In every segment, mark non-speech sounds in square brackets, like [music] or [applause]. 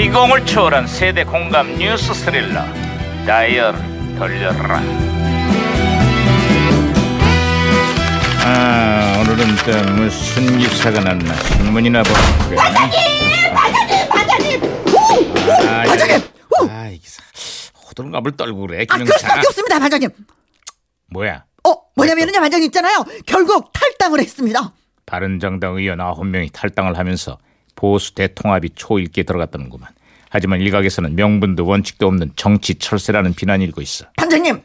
감동을 초월한 세대 공감 뉴스 스릴러 다이얼 돌려라 아 오늘은 또 무슨 기사가 났나 신문이나 볼까 반장님! 오! 오! 아, 반장님! 오! 아이 기사 호들갑을 떨고 그래 아, 그럴 김영사 수밖에 없습니다, 반장님. 뭐야 어, 뭐냐면요, 반장님 있잖아요. 결국 탈당을 했습니다. 바른정당 의원 아홉 명이 탈당을 하면서 보수 대통합이 초일기에 들어갔다는구만. 하지만 일각에서는 명분도 원칙도 없는 정치 철새라는 비난이 일고 있어. 반장님,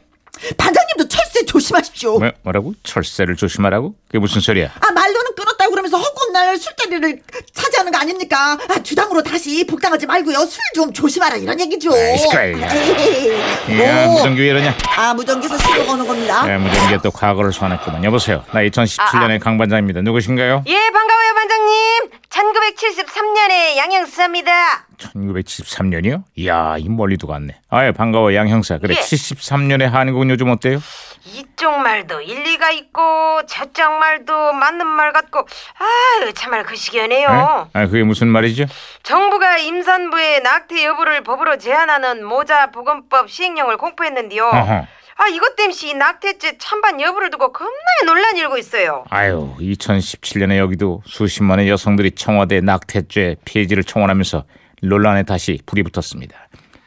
반장님도 철새 조심하십시오. 뭐, 뭐라고? 철새를 조심하라고? 그게 무슨 소리야? 아, 말로는 끊었다고 그러면서 허구날 술자리를 차지하는 거 아닙니까? 아, 주당으로 다시 복당하지 말고요. 술 좀 조심하라 이런 얘기죠. 아이, 시끄러워. 에이, 야, [laughs] 오. 예, 무전기 네. 왜 이러냐? 아, 무전기에서 신호 거는 겁니다. 야, 무전기에 또 과거를 소환했구만. 여보세요. 나 2017년의 강반장입니다. 누구신가요? 예, 반가워요, 반장님. 1973년에 양양수사입니다. 1973년이요? 이야, 이 멀리도 갔네. 아유, 반가워, 양 형사. 그래, 예. 73년의 한국은 요즘 어때요? 이쪽 말도 일리가 있고 저쪽 말도 맞는 말 같고 아유, 참말 그 예? 시기네요. 아, 그게 무슨 말이죠? 정부가 임산부의 낙태 여부를 법으로 제한하는 모자보건법 시행령을 공포했는데요. 어허. 아, 이것 땜시 이 낙태죄 찬반 여부를 두고 겁나게 논란이 일고 있어요. 아유, 2017년에 여기도 수십만의 여성들이 청와대 낙태죄 폐지를 청원하면서 논란에 다시 불이 붙었습니다.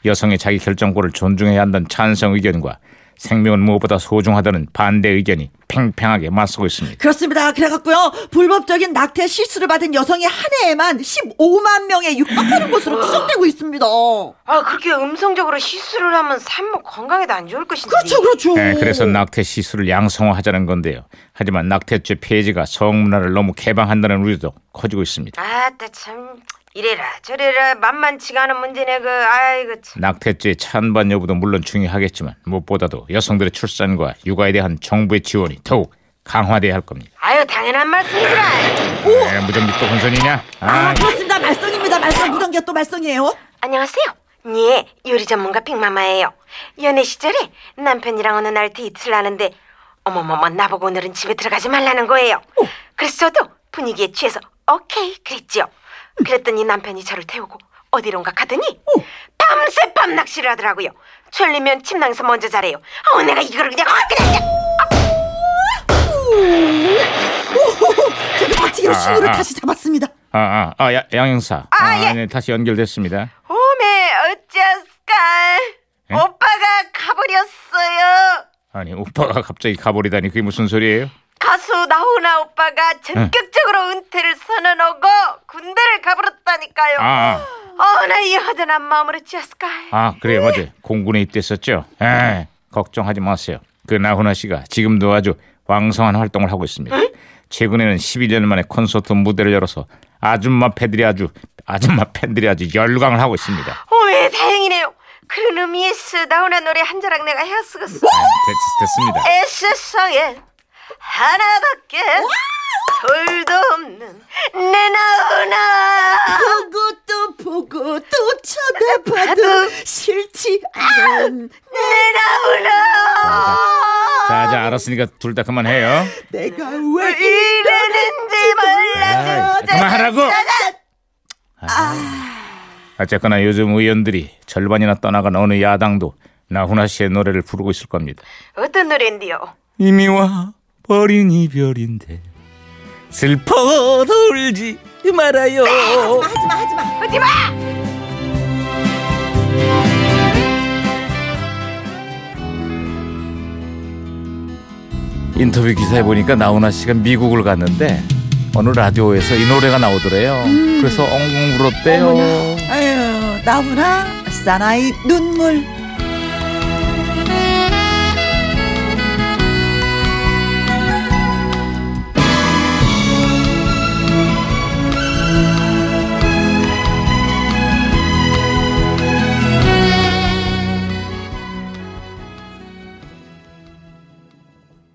여성의 자기 결정권을 존중해야 한다는 찬성 의견과 생명은 무엇보다 소중하다는 반대 의견이 팽팽하게 맞서고 있습니다. 그렇습니다. 그래갖고요. 불법적인 낙태 실수를 받은 여성이 한 해에만 15만 명에 육박하는 것으로 추정되고 있습니다. 아, 그렇게 음성적으로 시술을 하면 산모 건강에도 안 좋을 것인데. 그렇죠, 그렇죠. 네, 그래서 낙태 시술을 양성화하자는 건데요. 하지만 낙태죄 폐지가 성문화를 너무 개방한다는 우려도 커지고 있습니다. 아따 참 이래라 저래라 만만치가 않은 문제네 그 아이고 참. 낙태죄 찬반 여부도 물론 중요하겠지만 무엇보다도 여성들의 출산과 육아에 대한 정부의 지원이 더욱 강화돼야 할 겁니다. 아유 당연한 말씀이더라 에, 무전기 또 혼선이냐? 아, 아, 그렇습니다. 말썽입니다. 말썽. 무전기가 또 말썽이에요. 안녕하세요 예 요리 전문가 빅마마예요 연애 시절에 남편이랑 어느 날 데이트를 하는데 어머머머 나보고 오늘은 집에 들어가지 말라는 거예요 그래서 저도 분위기에 취해서 오케이 그랬지요 그랬더니 남편이 저를 태우고 어디론가 가더니 밤새 밤 낚시를 하더라고요 졸리면 침낭에서 먼저 자래요 어 내가 이거를 그냥 어, 그냥 그냥 제가 박치기로 아, 신호를 아. 다시 잡았습니다. 아, 아, 아, 야, 양 형사. 아, 예. 네, 다시 연결됐습니다. 오메 어쩌스까 에? 오빠가 가버렸어요 아니, 오빠가 갑자기 가버리다니 그게 무슨 소리예요? 가수 나훈아 오빠가 전격적으로 은퇴를 선언하고 군대를 가버렸다니까요 아, 아, 어나 이 허전한 마음으로 쩌스까 아 그래요, 맞아요. 공군에 입대했었죠. 에, 걱정하지 마세요. 그 나훈아 씨가 지금도 아주 왕성한 활동을 하고 있습니다. 최근에는 11년 만에 콘서트 무대를 열어서 아줌마 팬들이 아주 아줌마 팬들이 아주 열광을 하고 있습니다. 오메 어, 다행이네요 그런 의미에서 나훈아 노래 한 자락 내가 헤어쓰겠어 아, 됐, 됐습니다. 애 세상에 하나밖에 돌도 없는 내 나훈아 보고 또 보고 또 쳐다봐도 싫지 않은 내 나훈아 자, 자, 알았으니까 둘 다 그만해요. 내가 왜왜 이러는지 아이, 몰라도 그만하라고. 아. 어쨌거나 요즘 의원들이 절반이나 떠나간 어느 야당도 나훈아 씨의 노래를 부르고 있을 겁니다. 어떤 노래인데요? 이미 와 버린 이별인데 슬퍼 돌지 말아요. 하지마 하지마 하지마 하지마! 인터뷰 기사에 보니까 나훈아 씨가 미국을 갔는데 어느 라디오에서 이 노래가 나오더래요. 그래서 엉엉 울었대요. 아유 나훈아 사나이 눈물